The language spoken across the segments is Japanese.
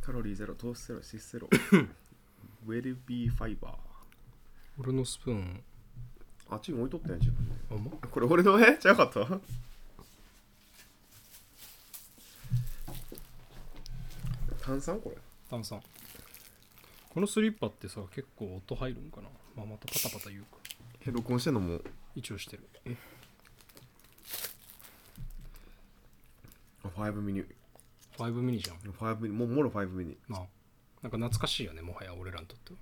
カロリーゼロ、糖質ゼロ、脂質ゼロ。ウェルビーファイバー。俺のスプーンあっちに置いとったやん、自分で。あんまこれ俺の絵じゃなかった炭酸これ炭酸このスリッパってさ結構音入るんかな、まあ、またパタパタ言うかえ録音してんのも一応してるえ5ミニ5ミニじゃん5ミニもうもろ5ミニなあなんか懐かしいよねもはや俺らにとっては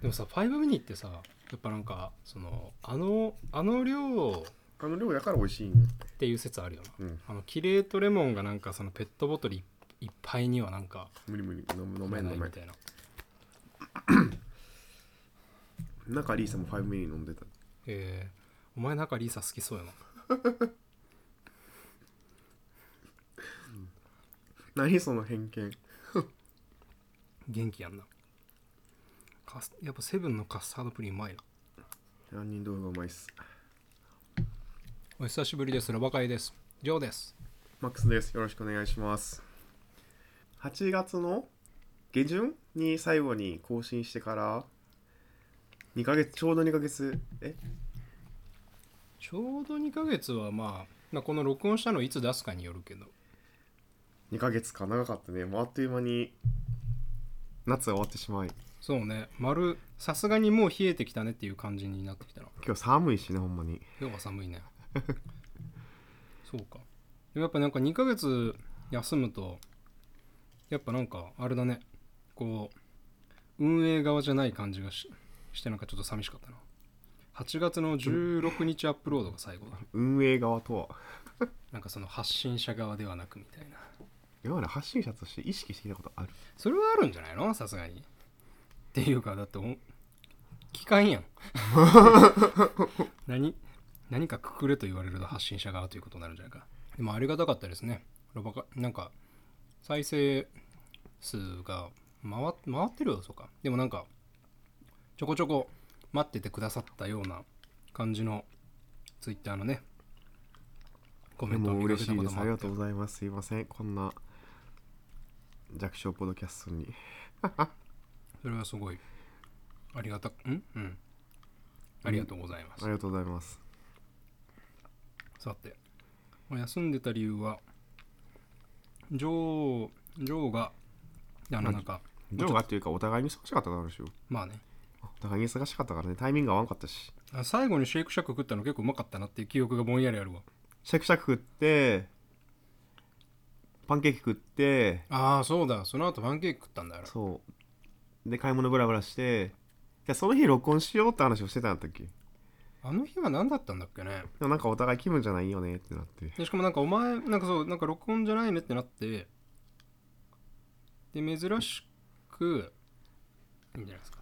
でもさ5ミニってさやっぱなんかそのあのあの量あの量やから美味しいんよっていう説あるよな、うんあのキレートレモンがなんかそのペットボトルいいっぱいにはなんか無理無理飲む飲めんない飲めんみたいな中リーさんも5ミニ飲んでたえー、お前なんかリーサ好きそうやな何その偏見元気やんなカスやっぱセブンのカスタードプリンうまいな何人動画うまいっすお久しぶりですラバカイですジョーですマックスですよろしくお願いします8月の下旬に最後に更新してから2ヶ月ちょうど2ヶ月えちょうど2ヶ月はまあ、まあ、この録音したのいつ出すかによるけど2ヶ月か長かったねもうあっという間に夏は終わってしまいそうね丸さすがにもう冷えてきたねっていう感じになってきたな今日寒いしねほんまに今日は寒いね そうかでもやっぱなんか2ヶ月休むとやっぱなんかあれだねこう運営側じゃない感じがししてなんかちょっと寂しかったな8月の16日アップロードが最後だ運営側とはなんかその発信者側ではなくみたいな今まで発信者として意識してきたことあるそれはあるんじゃないのさすがにっていうかだってお機関やん何何かくくれと言われると発信者側ということになるんじゃないかでもありがたかったですねロバカなんか再生数が回っ回ってるよそうかでもなんかちょこちょこ待っててくださったような感じのツイッターのねコメントをもう見か嬉けしたいこでとすもありあがってとうございますすいませんこんな弱小ポッドキャストにそれはすごいありがたんうんありがとうございます、ありがとうございますさてまあ休んでた理由はジョージョーがいやなんかジョーがっていうかお互いに忙しかったからでしょまあねお互いに忙しかったからねタイミングが合わんかったしあ最後にシェイクシャック食ったの結構うまかったなっていう記憶がぼんやりあるわシャクシャク食ってパンケーキ食ってああそうだその後パンケーキ食ったんだよそうで買い物ブラブラしてじゃその日録音しようって話をしてたんだったっけであの日は何だったんだっけねもなんかお互い気分じゃないよねってなってでしかもなんかお前なんかそうなんか録音じゃないねってなってで珍しくいいんじゃないですか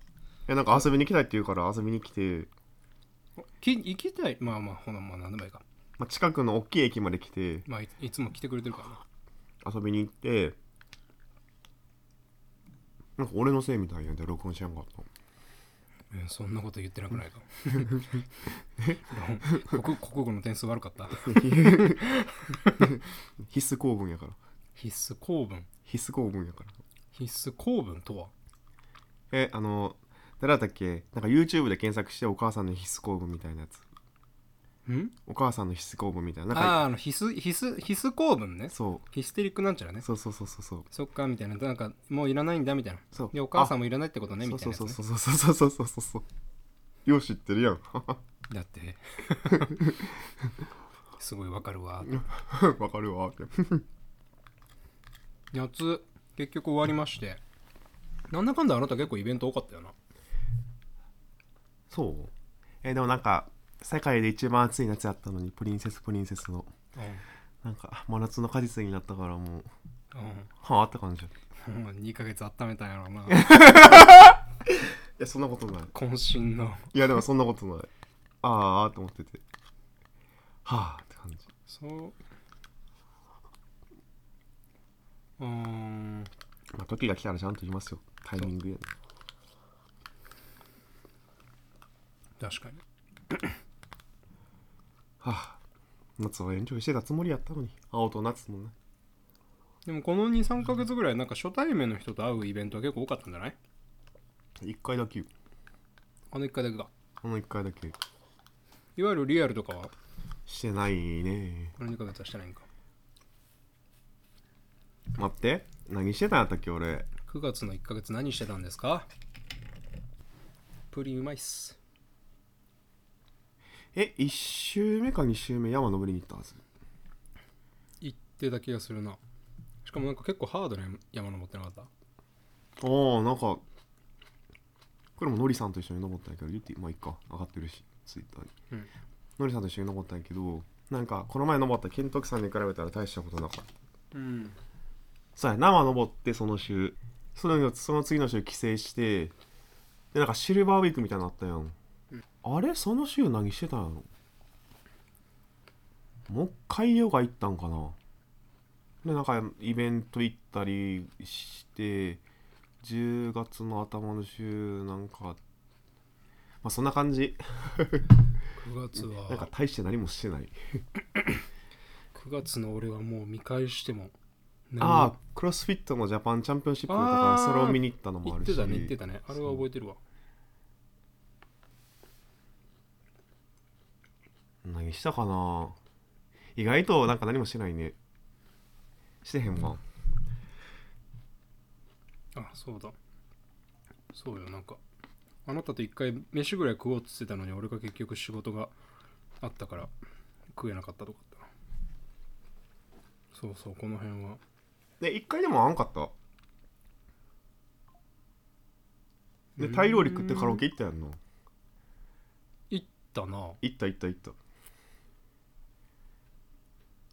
えなんか遊びに来たいって言うから遊びに来て、き行きたいまあまあほなまあ何でもいいかまあ、近くの大きい駅まで来てまあいいつも来てくれてるからな遊びに行ってなんか俺のせいみたいなんで録音しやんかった えーそんなこと言ってなくないか 国国語の点数悪かった 必須公文やから必須公文必須公文やから必須公文とはえあの誰だったっけなんか YouTube で検索してお母さんの必須公文みたいなやつんお母さんの必須公文みたいなあなんかあーあの必須必須必須公文ねそヒステリックなんちゃらうねそうそうそうそうそうそっかみたいななんかもういらないんだみたいなそうでお母さんもいらないってことねみたいなやつそねうそうそうそうそうそうそうそうそうよう知ってるやん だって すごいわかるわわかるわって夏結局終わりましてなんだかんだあなた結構イベント多かったよなそうえーでもなんか世界で一番暑い夏やったのにプリンセスプリンセスのなんか真夏の果実になったからもううん、はあって感じいうん、2ヶ月温めたんやろうなやそんなことない渾身のいやでもそんなことないあーあと思っててはあって感じそう。うーん。まあ時が来たらちゃんと言いますよタイミングやね確かに。はあ夏を延長してたつもりやったのに青と夏もねでもこの23ヶ月ぐらいなんか初対面の人と会うイベントは結構多かったんじゃない1回だけあの1回だけかあの1回だけいわゆるリアルとかはしてないねこの2ヶ月はしてないんか待って何してたんやったっけ俺9月の1ヶ月何してたんですかプリンうまいっすえ1周目か2周目山登りに行ったはず行ってた気がするなしかもなんか結構ハードな山登ってなかったああなんかこれものりさんと一緒に登ったんやけど言ってまあいっか上がってるしツイッターに、うんのりさんと一緒に登ったんやけどなんかこの前登ったケントクさんに比べたら大したことなかったうんそうや生登ってその週そのその次の週帰省してでなんかシルバーウィークみたいなのあったやん、あれその週何してたんやろもう一回ヨガ行ったんかなでなんかイベント行ったりして10月の頭の週なんかまあそんな感じ9月なんかは大して何もしてない9月の俺はもう見返してもああクロスフィットのジャパンチャンピオンシップとかあーそれを見に行ったのも言あっるしてたね言ってたねあれは覚えてるわ何したかな意外となんか何もしてないねしてへんわあそうだそうよなんかあなたと一回飯ぐらい食おうっつってたのに俺が結局仕事があったから食えなかったとかあったなそうそうこの辺はで一回でもあんかったでタイ料理食ってカラオケ行ったやんな行ったな行った行った行った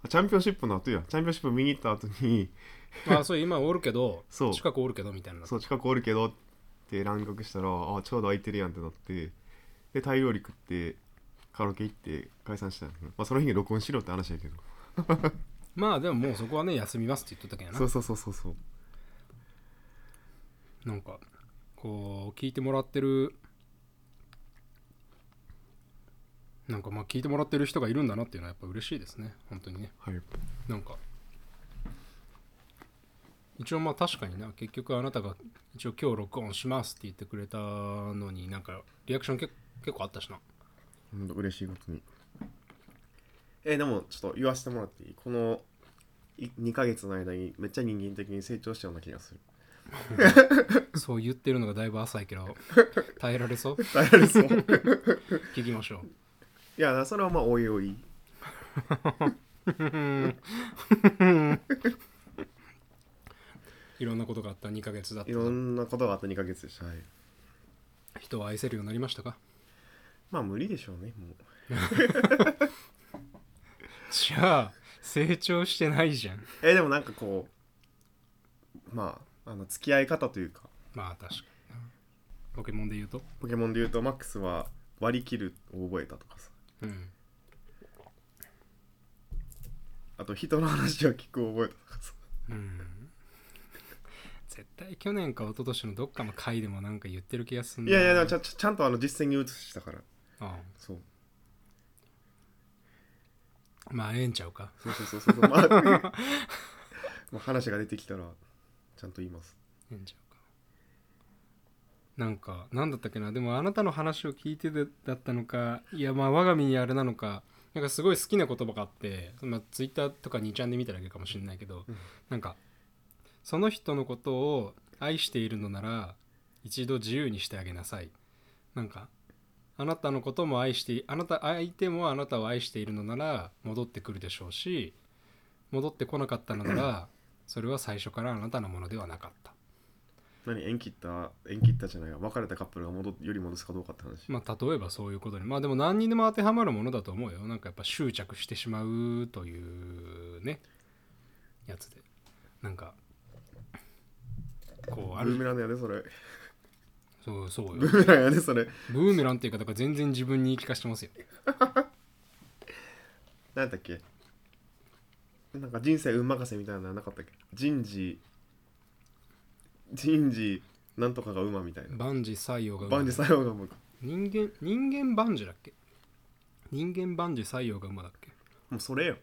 あチャンピオンシップの後やチャンピオンシップ見に行った後にまあそう今おるけど そう近くおるけどみたいなそう近くおるけどって乱獲したらあちょうど空いてるやんってなってでタイ料理食ってカラオケ行って解散したやんな、まあ、その日に録音しろって話やけどまあでももうそこはね休みますって言っとったけどそなうそうそうそうそうなんかこう聞いてもらってるなんかまあ聞いてもらってる人がいるんだなっていうのはやっぱ嬉しいですね本当にねはいなんか一応まあ確かにな結局あなたが一応今日録音しますって言ってくれたのになんかリアクション結結構あったしなほんと嬉しいことにえーでもちょっと言わせてもらっていいこの2ヶ月の間にめっちゃ人間的に成長したような気がするそう言ってるのがだいぶ浅いけ ど耐えられそう大丈夫 そう聞きましょういやそれはまあおいおいいろんなことがあった2ヶ月だったいろんなことがあった2ヶ月でした、はい、人を愛せるようになりましたかまあ無理でしょうねもうじゃあ成長してないじゃんえーでもなんかこうまああの付き合い方というかまあ確かになポケモンで言うとポケモンで言うとマックスは割り切るを覚えたとかさうんあと人の話を聞くを覚えたとかさうん絶対去年か一昨年のどっかの回でもなんか言ってる気がすんいやいやでもちゃちゃちゃんとあの実践に移したからあそうあまあええんちゃうかそうそうそうそう。まあ、 まあ話が出てきたら、ちゃんと言います。ええんちゃうかなんかなんだったっけなでもあなたの話を聞いててだったのかいやまあ我が身にあれなのかなんかすごい好きな言葉があって、まあ、ツイッターとか2ちゃんで見ただけかもしれないけど、うんなんかその人のことを愛しているのなら一度自由にしてあげなさいなんかあなたのことも愛してあなた相手もあなたを愛しているのなら戻ってくるでしょうし戻ってこなかったのならそれは最初からあなたのものではなかった何縁切った縁切ったじゃないわ別れたカップルが戻っより戻すかどうかって話。まあ例えばそういうことにまあでも何にでも当てはまるものだと思うよなんかやっぱ執着してしまうというねやつでなんかこうあブーるメランやでそれ。そうそうブよーメランやでそれ。ブーメランっていうかだから全然自分に言い聞かしてますよなんだっけなんか人生運任せみたいなのなかったっけ人事、人事、なんとかが馬みたいな。万事採用が馬万事作用が馬か。人間人間万事だっけ人間万事採用が馬だっけもうそれよ。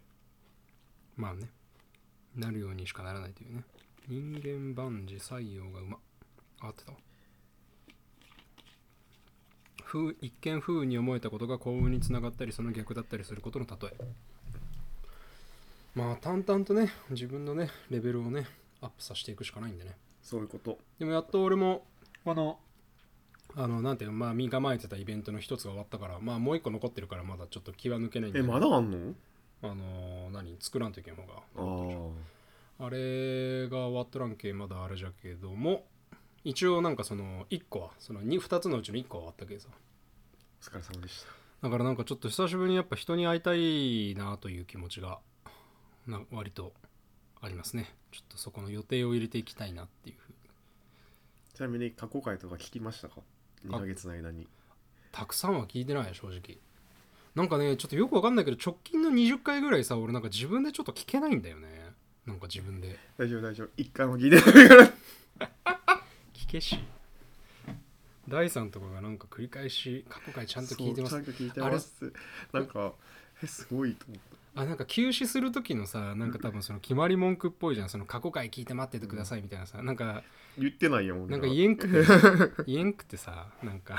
まあねなるようにしかならないというね人間万事採用がうまあ合ってたわ風一見不運に思えたことが幸運につながったりその逆だったりすることの例えまあ淡々とね自分のねレベルをねアップさせていくしかないんでねそういうことでもやっと俺もこのあのなんていうのまあ身構えてたイベントの一つが終わったからまあもう一個残ってるからまだちょっと気は抜けないんだえけどまだあんのあのー何作らんといけん方があーあれが終わっとらんけまだあれじゃけども一応なんかその1個はその 2, 2つのうちの1個は終わったけどさお疲れ様でしただからなんかちょっと久しぶりにやっぱ人に会いたいなという気持ちがな割とありますねちょっとそこの予定を入れていきたいなっていうふうちなみに過去回とか聞きましたか2ヶ月の間にたくさんは聞いてない正直なんかねちょっとよくわかんないけど直近の20回ぐらいさ俺なんか自分でちょっと聞けないんだよねなんか自分で大丈夫大丈夫一回も聞いてないから聞けし第3とかがなんか繰り返し過去回ちゃんと聞いてまそうすちゃんと聞いてますなんかえすごいと思ったあなんか休止する時のさなんか多分その決まり文句っぽいじゃんその過去回聞いて待っててくださいみたいなさなんか言ってないやもんなんか俺ら言えんくて 言えんくてさなんか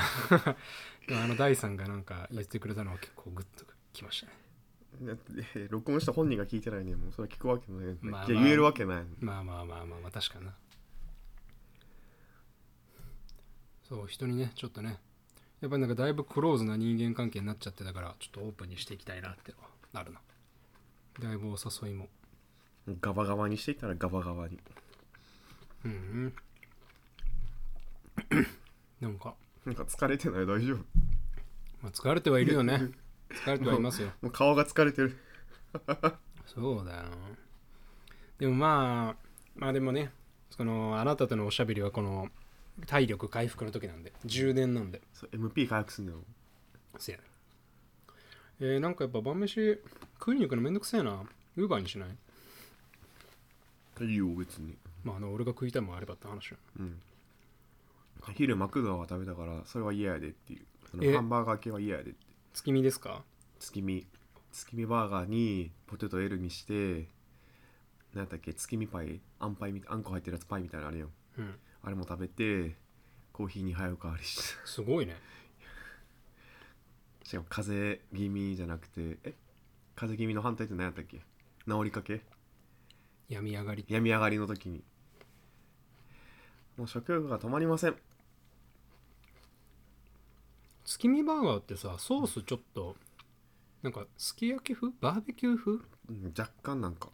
でもあの第3がなんか言ってくれたのは結構グッときましたねだって録音した本人が聞いてないねもうそれ聞くわけない、ねまあいやまあ言えるわけないまあまあまあまあまあ確かになそう人にねちょっとねやっぱりなんかだいぶクローズな人間関係になっちゃってだからちょっとオープンにしていきたいなってのはなるなだいぶお誘いもガバガバにしていったらガバガバにうんうん なんか、なんか疲れてない大丈夫まあ、疲れてはいるよね疲れてはいますよもう顔が疲れてるそうだよでもまあまあでもねそのあなたとのおしゃべりはこの体力回復の時なんで充電なんでそう MP 回復すんだよせやねえー、なんかやっぱ晩飯食いに行くのめんどくせえなウーバーにしないいいよ別にまああの俺が食いたいもんあればって話ようん昼マクドは食べたからそれは嫌やでっていうそえのハンバーガー系は嫌やでって月見ですか月見月見バーガーにポテト L にしてなんだっけ月見パイあんパイみあんこ入ってるやつパイみたいなのあれようんあれも食べてコーヒーに早おかわりしてすごいね しかも風邪気味じゃなくてえ風邪気味の反対って何やったっけ治りかけ病み上がり病み上がりの時にもう食欲が止まりません月見バーガーってさソースちょっとなんかすき焼き風バーベキュー風うん若干なんか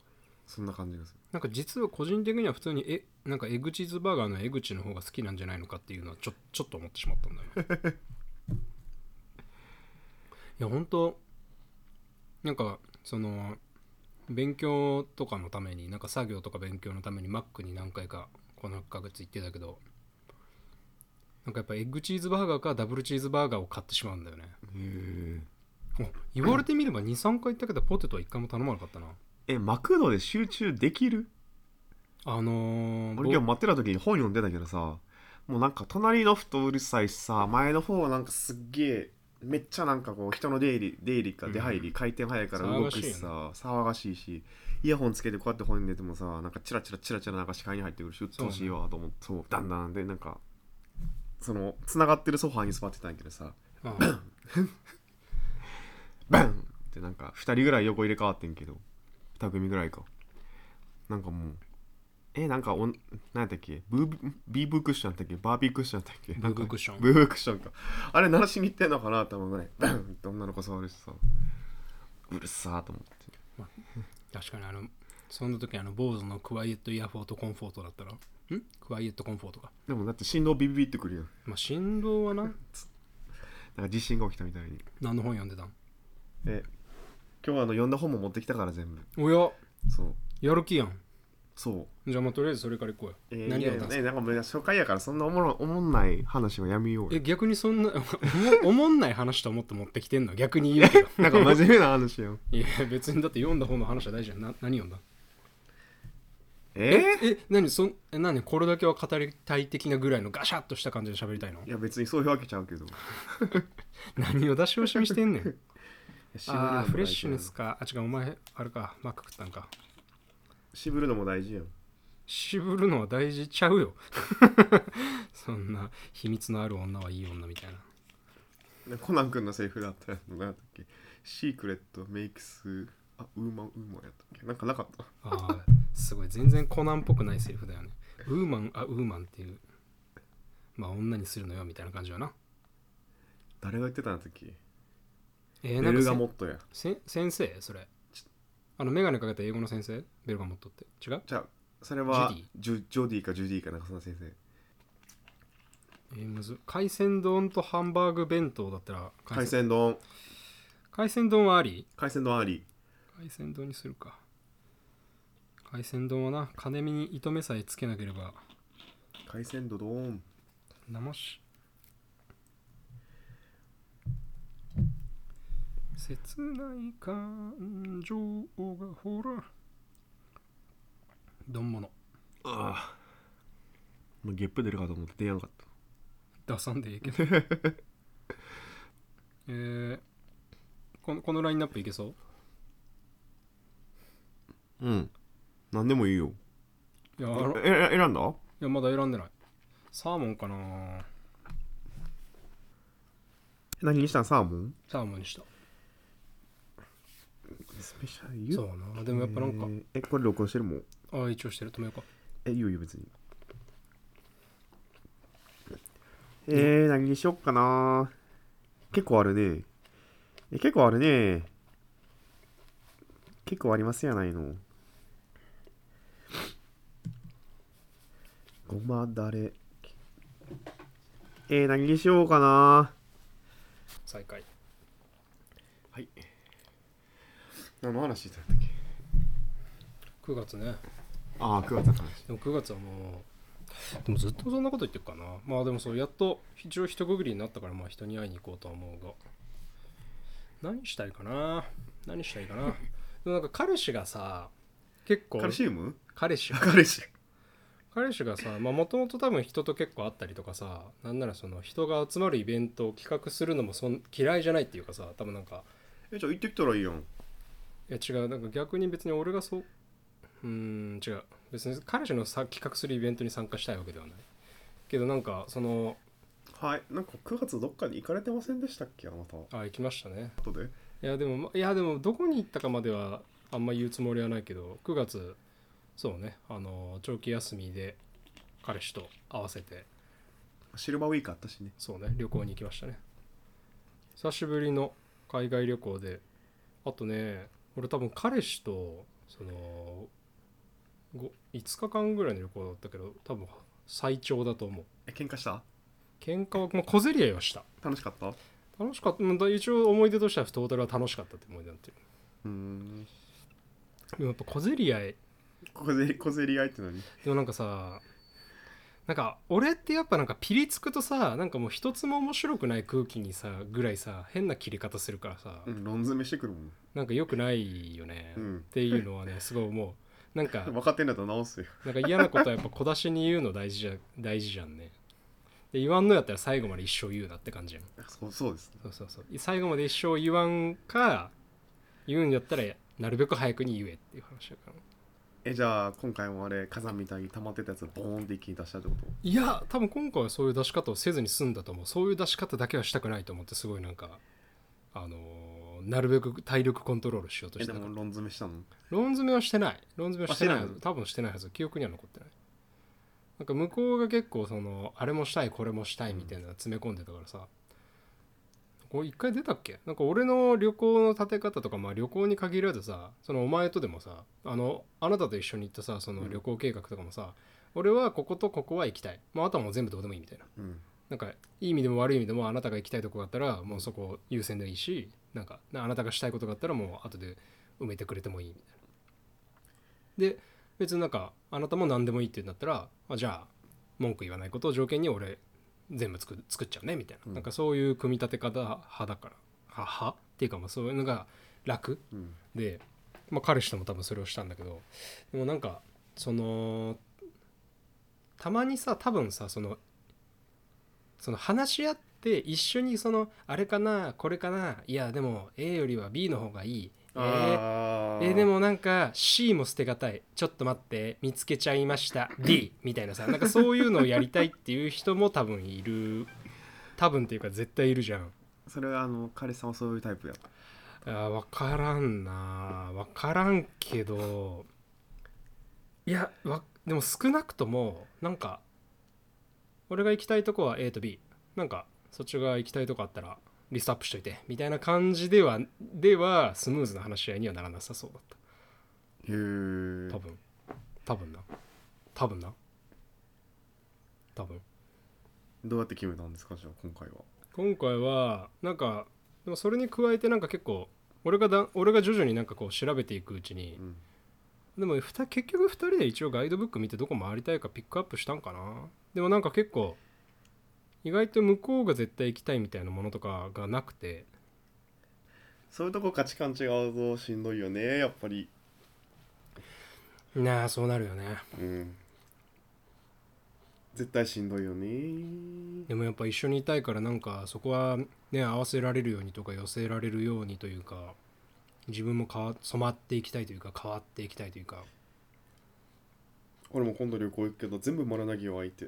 そんな感じがするなんか実は個人的には普通にえなんかエグチーズバーガーのエグチの方が好きなんじゃないのかっていうのはちょちょっと思ってしまったんだよね いや本当なんかその勉強とかのためになんか作業とか勉強のためにマックに何回かこの1ヶ月行ってたけどなんかやっぱエッグチーズバーガーかダブルチーズバーガーを買ってしまうんだよねお言われてみれば23回行ったけどポテトは1回も頼まなかったなえマクドで集中できるあのー俺今日待ってた時に本読んでたけどさもうなんか隣の人うるさいしさ前の方はなんかすっげえめっちゃなんかこう人の出入り出入りか出入り、回転早いから動くしさ騒がしいしイヤホンつけてこうやって本読んでてもさなんかチラチラチラチラなんか視界に入ってくるしうっとうしいわと思ってそう,、だんだんでなんかそのつながってるソファーに座ってたんやけどさああバンってなんか2人ぐらい横入れ替わってんけど2組ぐらいかなんかもうえなんかおん何やったっけブーブビーブークッションやったっけバービークッションやったっけブーブークッションなんかブーブークッションかあれ鳴らしに行ってんのかなと思うぐらいバンって女の子触るしさうるさーと思って確かにあのそんな時あの坊主のクワイエットイヤフォートコンフォートだったらんクワイエットコンフォートかでもだって振動ビビビってくるやんまあ振動はななんか地震が起きたみたいに何の本読んでたんで今日はあの読んだ本も持ってきたから全部おやそうやる気やんそうじゃあまあとりあえずそれから行こうよ、えー、何いをや出いすやかねなんかもう初回やからそんなおもろおもんない話はやめようよえ逆にそんな おもおもんない話と思って持ってきてんの逆に言 うけどなんか真面目な話よいや別にだって読んだ本の話は大事じゃんな何読んだええ何そんえ何これだけは語りたい的なぐらいのガシャッとした感じで喋りたいのいや別にそういうわけちゃうけど何を出し惜しみして んねんあーフレッシュネでスすか。あ、違う、お前、あれか、マック食ったんか。渋るのも大事やん渋るのは大事ちゃうよ そんな秘密のある女はいい女みたいなでコナン君のセリフだったのなんだっけシークレットメイクスあウーマンウーマンやったっけなんかなかったああすごい全然コナンっぽくないセリフだよねウーマンあウーマンっていうまあ女にするのよみたいな感じよな誰が言ってたんだっけえー、ベなんルガかモットやせん先生それあの眼鏡かけた英語の先生ベルガモットって違うじゃあそれはジュディジュジョディかジュディかなんかそんな先生えー、むず海鮮丼とハンバーグ弁当だったら海鮮丼海鮮丼はあり海鮮丼あり海鮮丼にするか海鮮丼はな金身に糸目さえつけなければ海鮮丼丼生し切ない感情がほら丼物ああもうゲップ出るかと思って出やんかった出さんでいいけど えー、このこのラインナップいけそううん何でもいいよいやあのいええ選んだやまだ選んでないサーモンかな何にしたんサーモンサーモンにしたスペシャルユそうなでもやっぱなんか、えこれ録音してるもんああ一応してる止めようかえいいよいいよ別にえー、何にしよっかな結構あるねえ結構あるね結構ありますやないのごまだれえー、何にしようかな再開はい何の話だったっけ9月ねああ9月の話でも9月はもうでもずっとそんなこと言ってるかなまあでもそうやっと一応一区切りになったからまあ人に会いに行こうとは思うが何したいかな何したいかなでもなんか彼氏がさ結構カルシウム 彼氏彼氏彼氏がさもともと多分人と結構会ったりとかさなんならその人が集まるイベントを企画するのもそん嫌いじゃないっていうかさ多分なんかえじゃあ行ってきたらいいやんいや違うなんか逆に別に俺がそううーん違う別に彼氏のさ企画するイベントに参加したいわけではないけどなんかそのはいなんか9月どっかに行かれてませんでしたっけあなたあ行きましたね後でいやでもまいやでもどこに行ったかまではあんま言うつもりはないけど9月そうねあの長期休みで彼氏と合わせてシルバーウィークあったしねそうね旅行に行きましたね久しぶりの海外旅行であとね俺多分彼氏とそのご5日間ぐらいの旅行だったけど多分最長だと思うえ喧嘩した喧嘩は、まあ、小競り合いはした楽しかったう楽しかったまあ一応思い出としてはトータルは楽しかったって思い出になってるーんでもやっぱ小競り合い小競り小競り合いって何でもなんかさなんか俺ってやっぱなんかピリつくとさなんかもう一つも面白くない空気にさぐらいさ変な切り方するからさ、うん論詰めしてくるもんなんか良くないよね、うっんていうのはねすごい思 うなんか分かってんだったら直すよなんか嫌なことはやっぱ小出しに言うの大事じゃ大事じゃんねで言わんのやったら最後まで一生言うなって感じやんそうそうですそうそうそう最後まで一生言わんか言うんやったらなるべく早くに言えっていう話だからえじゃあ今回もあれ火山みたいに溜まってたやつをボーンって一気に出したってこといや多分今回はそういう出し方をせずに済んだと思うそういう出し方だけはしたくないと思ってすごいなんかあのーなるべく体力コントロールしようとえしてでたも論詰めしたの論詰めはしてない論詰めはしてないはあずして多分してないはず記憶には残ってないなんか向こうが結構そのあれもしたいこれもしたいみたいなの詰め込んでたからさ、これ一回出たっけなんか俺の旅行の立て方とかまあ旅行に限らずさそのお前とでもさあのあなたと一緒に行ったさその旅行計画とかもさ、俺はこことここは行きたい、まあ、あとはもう全部どうでもいいみたいなうんなんかいい意味でも悪い意味でもあなたが行きたいとこがあったらもうそこを優先でいいしなんかなあなたがしたいことがあったらもう後で埋めてくれてもいいみたいな。で別になんかあなたも何でもいいってなったらあじゃあ文句言わないことを条件に俺全部作作っちゃうねみたいな,、うんなんかそういう組み立て方派だからははっていうかまあそういうのが楽うんで、まあ、彼氏とも多分それをしたんだけどでもなんかそのたまにさ多分さそのその話し合って一緒にそのあれかなこれかないやでも A よりは B の方がいいえーでもなんか C も捨てがたいちょっと待って見つけちゃいました D みたいなさなんかそういうのをやりたいっていう人も多分いる多分っていうか絶対いるじゃんそれはあの彼氏さんはそういうタイプやったあー分からんな分からんけどいやわでも少なくともなんか俺が行きたいとこは A と B なんかそっちが行きたいとこあったらリストアップしといてみたいな感じではではスムーズな話し合いにはならなさそうだったへえ多分多分な多分な多分どうやって決めたんですかじゃあ今回は今回はなんかでもそれに加えてなんか結構俺がだ俺が徐々になんかこう調べていくうちにうんでもふた結局2人で一応ガイドブック見てどこ回りたいかピックアップしたんかなでもなんか結構意外と向こうが絶対行きたいみたいなものとかがなくてそういうとこ価値観違うぞしんどいよねやっぱりなあそうなるよねうん絶対しんどいよねでもやっぱ一緒にいたいからなんかそこはね合わせられるようにとか寄せられるようにというか自分も変わ染まっていきたいというか変わっていきたいというか俺も今度旅行行くけど全部丸投げを相手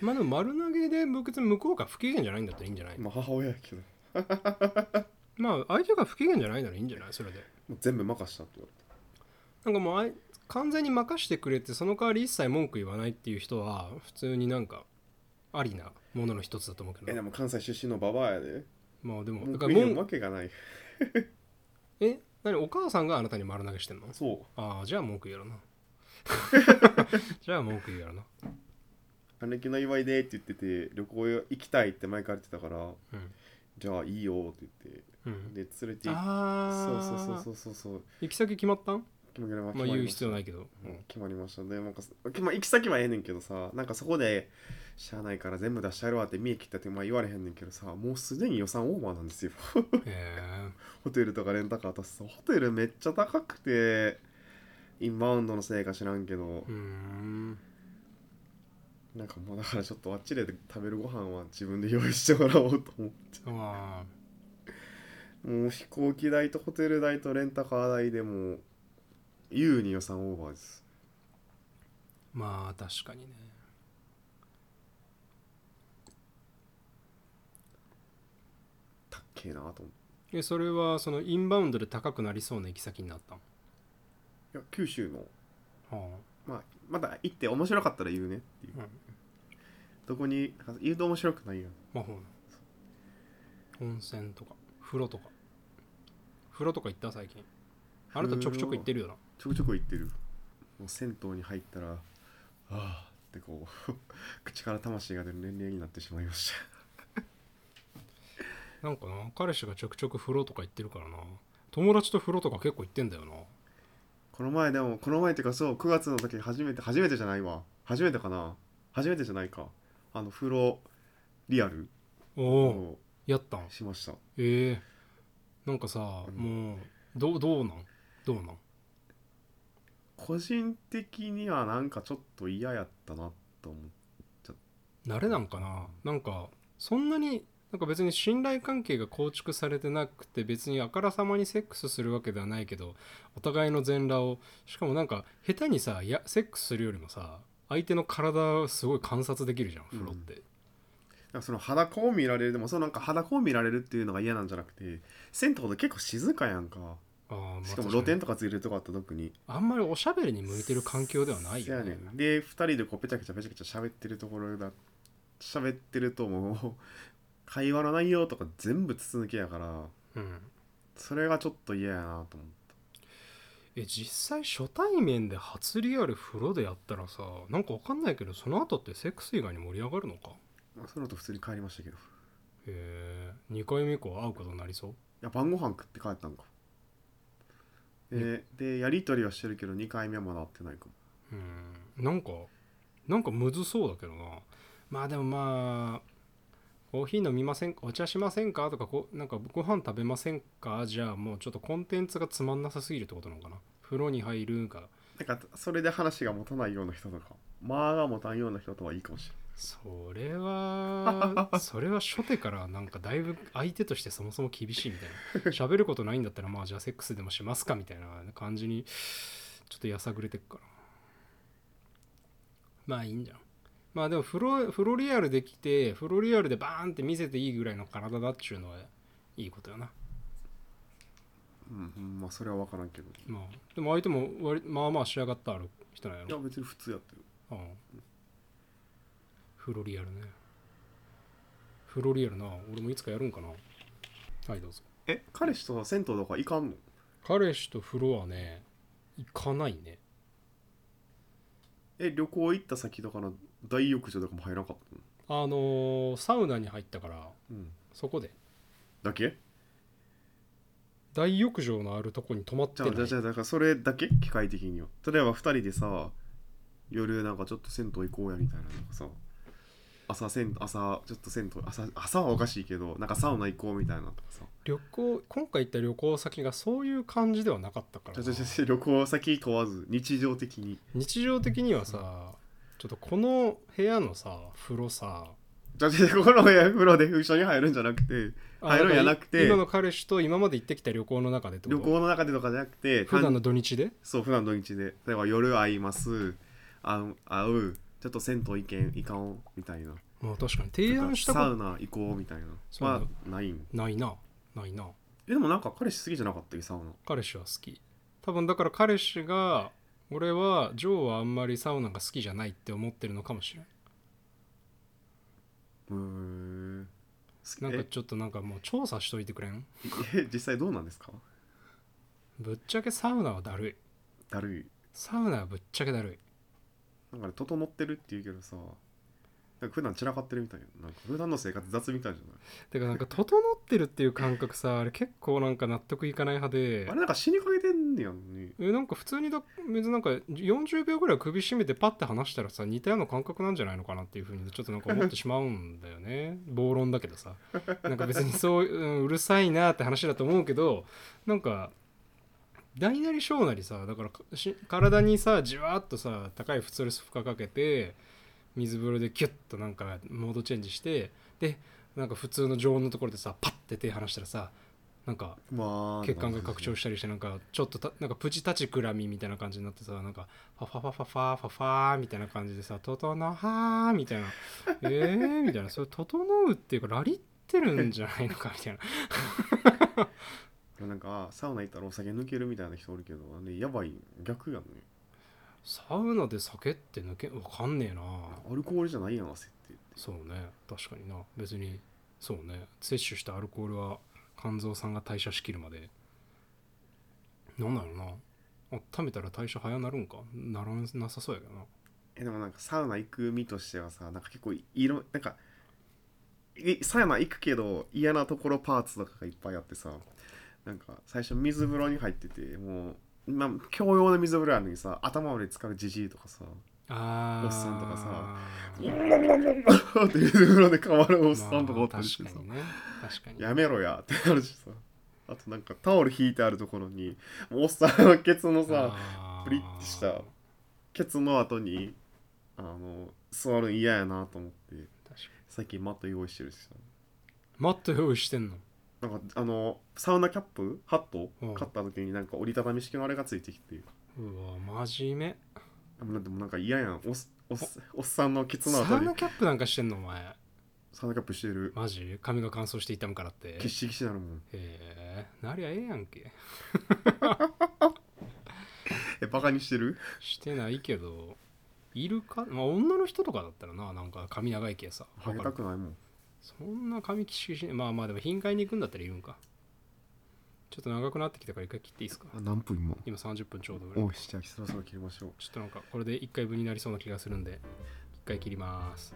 まあでも丸投げで僕別に向こうが不機嫌じゃないんだったらいいんじゃないまあ母親やけどもまあ相手が不機嫌じゃないならいいんじゃないそれでう全部任したって言わなんかもうあい完全に任してくれてその代わり一切文句言わないっていう人は普通になんかありなものの一つだと思うれたけえでども関西出身のババアやでまあでももだうから言うもわうけがないえ何お母さんがあなたに丸投げしてんのそうああじゃあ文句言うやろな じゃあ文句言うやろな還暦の祝いでって言ってて旅行行きたいって前から言ってたからうんじゃあいいよって言ってうんで連れて行っそうああそううそうそうそうそう行き先決まったん決まりままあ決まり言うまし必た要ないけどうん決まりましたでなんか決ま行き先はええねんけどさなんかそこでしゃあないから全部出してやるわって見え切ったってまあ言われへんねんけどさもうすでに予算オーバーなんですよ へえホテルとかレンタカー私さホテルめっちゃ高くてインバウンドのせいか知らんけどうーんなんかもうだからちょっとあっちで食べるご飯は自分で用意してもらおうと思ってああもう飛行機代とホテル代とレンタカー代でもう優に予算オーバーですまあ確かにねたっけえなと思ってえそれはそのインバウンドで高くなりそうな行き先になったんいや九州のはまあまだ行って面白かったら言うねっていうあ、うんどこに言うと面白くないやん魔法の温泉とか風呂とか風呂とか行った最近あなたちょくちょく行ってるよなちょくちょく行ってるもう銭湯に入ったらああってこう 口から魂が出る年齢になってしまいましたなんかな彼氏がちょくちょく風呂とか行ってるからな友達と風呂とか結構行ってんだよなこの前でもこの前っていうかそう9月の時初めて初めてじゃないわ初めてかな初めてじゃないかあの風呂リアルおおをやったんしましたええなんかさ、うんもうどうどうなんどうなん個人的にはなんかちょっと嫌やったなと思う慣れなんかななんかそんなになんか別に信頼関係が構築されてなくて別にあからさまにセックスするわけではないけどお互いの全裸をしかもなんか下手にさいやセックスするよりもさ相手の体をすごい観察できるじゃん風呂って、なんかその裸を見られるでもそのなんか裸を見られるっていうのが嫌なんじゃなくて銭湯って結構静かやんかあーまあしかも露確に店とかついてるとこあったら特にあんまりおしゃべりに向いてる環境ではないよそねうやねんで2人でこうペチャペチャペチャペチャ喋ってるところだ喋ってるともう会話の内容とか全部筒抜けやからうんそれがちょっと嫌やなと思ってえ実際初対面で初リアル風呂でやったらさなんかわかんないけどその後ってセックス以外に盛り上がるのかまあその後普通に帰りましたけどいへえ2回目以降会うことになりそうや晩ご飯食って帰ったんかででやり取りはしてるけど2回目はまだ会ってないかもうんなんかなんかむずそうだけどなまあでもまあコーヒー飲みませんかお茶しませんかとかこうなんかご飯食べませんかじゃあもうちょっとコンテンツがつまんなさすぎるってことなのかな風呂に入るがなんかそれで話が持たないような人とか間が持たんような人とはいいかもしれないそれはそれは初手からなんかだいぶ相手としてそもそも厳しいみたいな喋ることないんだったらまあじゃあセックスでもしますかみたいな感じにちょっとやさぐれてくからまあいいんじゃんまあでもフロフロリアルできてフロリアルでバーンって見せていいぐらいの体だっちゅうのはいいことよなうんまあそれは分からんけどまあでも相手も割まあまあ仕上がったある人なんやろいや別に普通やったよああフロリアルねフロリアルな俺もいつかやるんかなはいどうぞえ彼氏とさ銭湯とか行かんの彼氏と風呂はね行かないねえ旅行行った先とかの大浴場とかも入らなかったのあのーサウナに入ったからうんそこでだけ大浴場のあるとこに泊まっじてゃなあいじゃあじゃあだからそれだけ機械的には例えば2人でさ夜なんかちょっと銭湯行こうやみたいななんかさ朝銭朝ちょっと銭湯朝朝はおかしいけどなんかサウナ行こうみたいなとかさ旅行今回行った旅行先がそういう感じではなかったからじゃなあじゃあじゃあじゃあ旅行先問わず日常的に日常的にはさちょっとこの部屋のさ風呂さじゃあじゃあここの風呂で一緒に入るんじゃなくてあ入るんやなくて今の彼氏と今まで行ってきた旅行の中でってこ旅と行の中でとかじゃなくて普段の土日でそう普段の日で例えば夜会いますあの会うちょっと銭湯行けん行かんみたいなまあ確かに提案したこサとウナ行こうみたいなそうまあないんないなないなえでもなんか彼氏好きじゃなかったっけサウナ彼氏は好き多分だから彼氏が俺はジョーはあんまりサウナが好きじゃないって思ってるのかもしれないうーん好なきんかえちょっとなんかもう調査しといてくれんえ実際どうなんですかぶっちゃけサウナはだるいだるいサウナはぶっちゃけだるいなんかね整ってるって言うけどさなんか普段散らかってるみたいななんか普段の生活雑みたいじゃないてかなんか整ってるっていう感覚さあれ結構なんか納得いかない派であれなんか死にかけてんねやんねえなんか普通にだ別になんか40秒ぐらい首絞めてパッて離したらさ似たような感覚なんじゃないのかなっていうふうにちょっとなんか思ってしまうんだよね暴論だけどさなんか別にそう、うん、うるさいなって話だと思うけどなんか大なり小なりさだからかし体にさじわーっとさ高いストレス負荷かけて水風呂でキュッとなんかモードチェンジしてでなんか普通の常温のところでさパッて手離したらさなんかまあ血管が拡張ししたりしてなんかちょっとたなんかプチ立ちくらみみたいな感じになってさなんかファファファファファファファーみたいな感じでさ「整はー」みたいな「えー」みたいなそれ整うっていうかラリってるんじゃないのかみたいななんかサウナ行ったらお酒抜けるみたいな人おるけどあれやばい逆やんねサウナで酒って抜けわかんねえなアルコールじゃないやん汗ってそうね確かにな別にそうね摂取したアルコールは肝臓さんが代謝しきるまでなんだろうな温めたら代謝早なるんかならんなさそうやけどなえでもなんかサウナ行く身としてはさなんか結構いろなんかいサウナ行くけど嫌なところパーツとかがいっぱいあってさなんか最初水風呂に入っててもうまあ共用の水風呂やのにさ頭まで使うじじいとかさあーおっさんとかさま「って水風呂で変わるおあっさんとかおったりして確さかにね確かにやめろやってなるしさあとなんかタオル引いてあるところにもうおっさんのケツのさあープリッてした確かケツの後にあの座るん嫌やなと思ってに最近マット用意してるしさマット用意してんのなんかあのサウナキャップハット、うん買った時になんか折りたたみ式のあれがついてきてうわ真面でもでもなんか嫌やんおっおっおっさんのケツ目のあサたウりナキャップなんかしてんのお前サウナキャップしてるマジ髪が乾燥して痛むからってキシキシなるもんえー、なりゃええやんけえバカにしてるしてないけどいるかまあ女の人とかだったらななんか髪長いけさハゲたくないもんそんな髪キシキシまあまあでも頻回に行くんだったらいるんかちょっと長くなってきたから一回切っていいですかあ何分今今30分ちょうどぐらいおいしじゃあそろそろ切りましょうちょっとなんかこれで1回分になりそうな気がするんで1回切ります